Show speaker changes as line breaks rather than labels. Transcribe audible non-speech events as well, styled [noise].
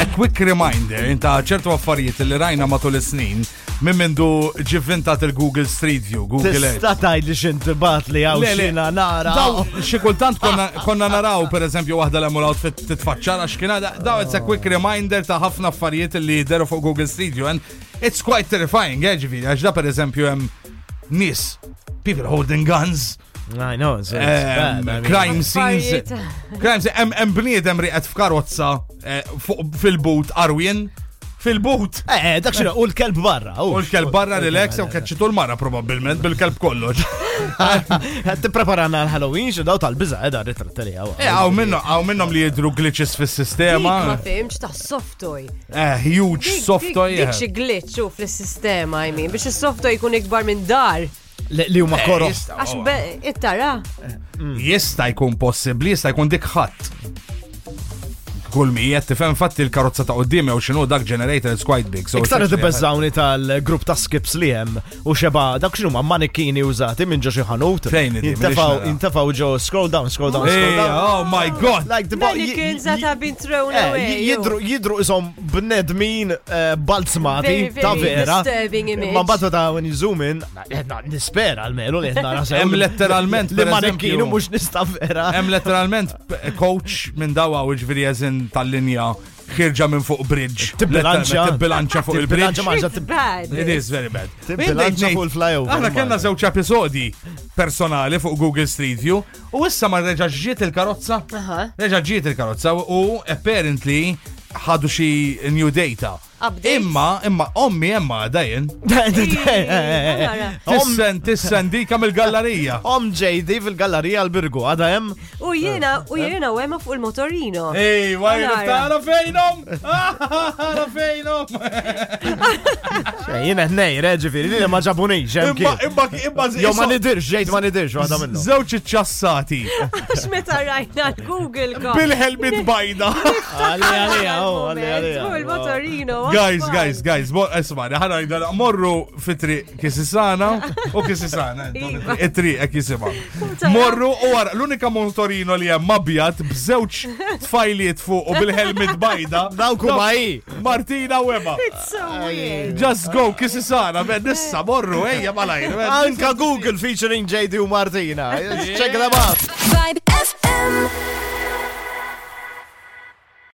a quick reminder inta ċertu affarijiet li rajna matul is-snin minn mindu ġivvintat il-Google Street View, Google Earth.
Tista tajd li xintibat li għaw
Le, le.
xina nara.
Daw, xikultant konna- konna naraw, per eżempju, wahda l-emul outfit titfacċara xkina, da- daw, it's a quick reminder ta' ħafna affarijiet li deru fuq Google Studio, and it's quite terrifying, eġvi, għax da per eżempju, jem nis, people holding guns,
I know, it's, it's
em,
bad. I mean,
crime scenes,
Affarijiet.
crime scenes, em, em bniedem riqet f'karozza eh, fuq- fil-boot, Arwin, fil-boot.
Eh, dak xina, u l-kelb barra.
U l-kelb barra relax, u kacċitu l-mara probabilment bil-kelb
[laughs]
kollox.
[laughs] Għed t-preparana l-Halloween, xo daw tal-biza, edha ritrattali għaw.
Eh, Għaw minnom, għaw minnom li jidru glitches fis-sistema.
Ma fimx ta' softoj.
Eh, huge soft toy. eh.
eh.
Dik xi glitch u fl-sistema, I mean, biex is-softoj jkun ikbar minn dar.
Li
Eh,
huma koro.
Għax be- it-tara.
Jista
Mm.
jkun possibli, jista jkun dik ħadd. Kull mi qed tifhem fatti l-karozza ta' qudiem jew x'inhu dak generator is quite big. So
Iktar
essentially-
t-bezzawni tal-grupp ta' skips li jem u xeba dak xinu ma' manikini użati minn ġo xi ħanut.
Fejn id-dim,
Jintafaw,
biex nara.
jintafaw ġo, scroll down, scroll down,
Eh,
scroll down.
oh my god.
Like the bo-
Dan
ji-
il-kins
ji-
ta' been thrown
Eh,
away.
ji- Jidru, jidru isom b'nedmin eh, balzmati
Very,
ta'
very
vera.
disturbing image.
Ma bata ta' when you zoom in, jedna nispera almenu li jedna nasa.
Hemm [laughs] letteralment,
li
per eżempju.
manekinu mux nista' vera. [laughs]
Hemm letteralment p- coach minn dawa u ġifieri eżin tal-linja ħirġa minn fuq bridge.
Tibbilanċja.
Tibbilanċja fuq il-bridge.
Tibbilanċja ma'
It's
[laughs]
bad. [laughs]
It is very bad.
Tibbilanċja fuq il-flyover,
Aħna kellna
Mark.
żewġ episodi personali fuq Google Street View u issa ma reġa' ġiet il-karozza.
Aha.
Reġa' ġiet il-karozza u apparently ħadu xi new data.
Updates?
Imma, imma, ommi, emma, dajin.
[laughs] Om-
Tissen, tissen dika mill-gallerija.
Om JD fil-gallerija għal-birgu, għada jem.
U jiena,
Eh.
u jiena u hemm fuq il-motorino.
Ej, wajn,
Nara.
tara [laughs] fejnom! Tara fejnom!
Jena ħnej, reġifiri, eh, li ma ġabuni,
Imma,
ġemki.
imma, imma,
Jo ma nidirx, ġejt ma nidirx, għada minnu.
Zewċ ċassati.
Għax meta rajna
[laughs]
l-Google ka.
Bil-helmet bajda.
Għalli għalija, oh,
Għal
għalli
moment,
għalija.
fuq il-motorino. what
Guys,
fun.
guys, guys, bo- esmani, ħana jidana, morru fitri kisisana u kisisana,
Iva.
etri e kisima. Morru u għara, l-unika motorino li jem mabjat bżewċ tfajliet fuq u bil-helmet bajda.
Dawk huma hi.
Martina u Ema.
It's so weird.
Just go, kisisana, ben nissa,
Eh,
morru, ejja malajr. eh. ben,
[laughs]
Anka Google featuring JD u Martina. Check them out.
Vibe